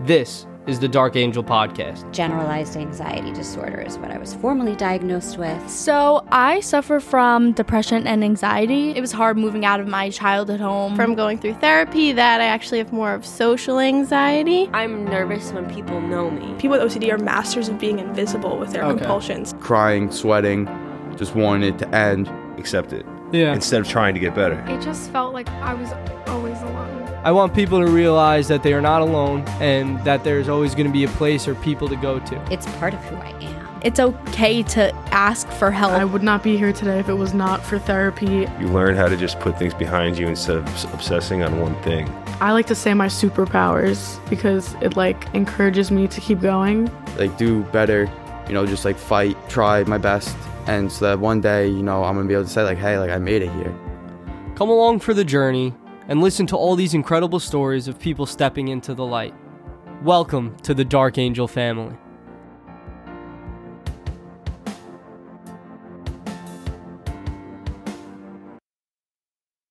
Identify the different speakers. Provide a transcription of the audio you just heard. Speaker 1: This is the Dark Angel Podcast.
Speaker 2: Generalized anxiety disorder is what I was formerly diagnosed with.
Speaker 3: So, I suffer from depression and anxiety. It was hard moving out of my childhood home.
Speaker 4: from going through therapy that I actually have more of social anxiety.
Speaker 5: I'm nervous when people know me.
Speaker 6: People with OCD are masters of being invisible with their compulsions.
Speaker 7: crying, sweating, just wanting it to end.
Speaker 8: accept it
Speaker 9: Yeah.
Speaker 8: instead of trying to get better.
Speaker 10: It just felt like I was always alone.
Speaker 9: I want people to realize that they are not alone and that there's always going to be a place or people to go to.
Speaker 2: It's part of who I am.
Speaker 3: It's okay to ask for help.
Speaker 10: I would not be here today if it was not for therapy.
Speaker 8: You learn how to just put things behind you instead of s- obsessing on one thing.
Speaker 10: I like to say my superpowers because it like encourages me to keep going.
Speaker 7: Like, do better, you know, just like fight, try my best. And so that one day, you know, I'm gonna be able to say, like, hey, like, I made it here.
Speaker 1: Come along for the journey and listen to all these incredible stories of people stepping into the light. Welcome to the Dark Angel family.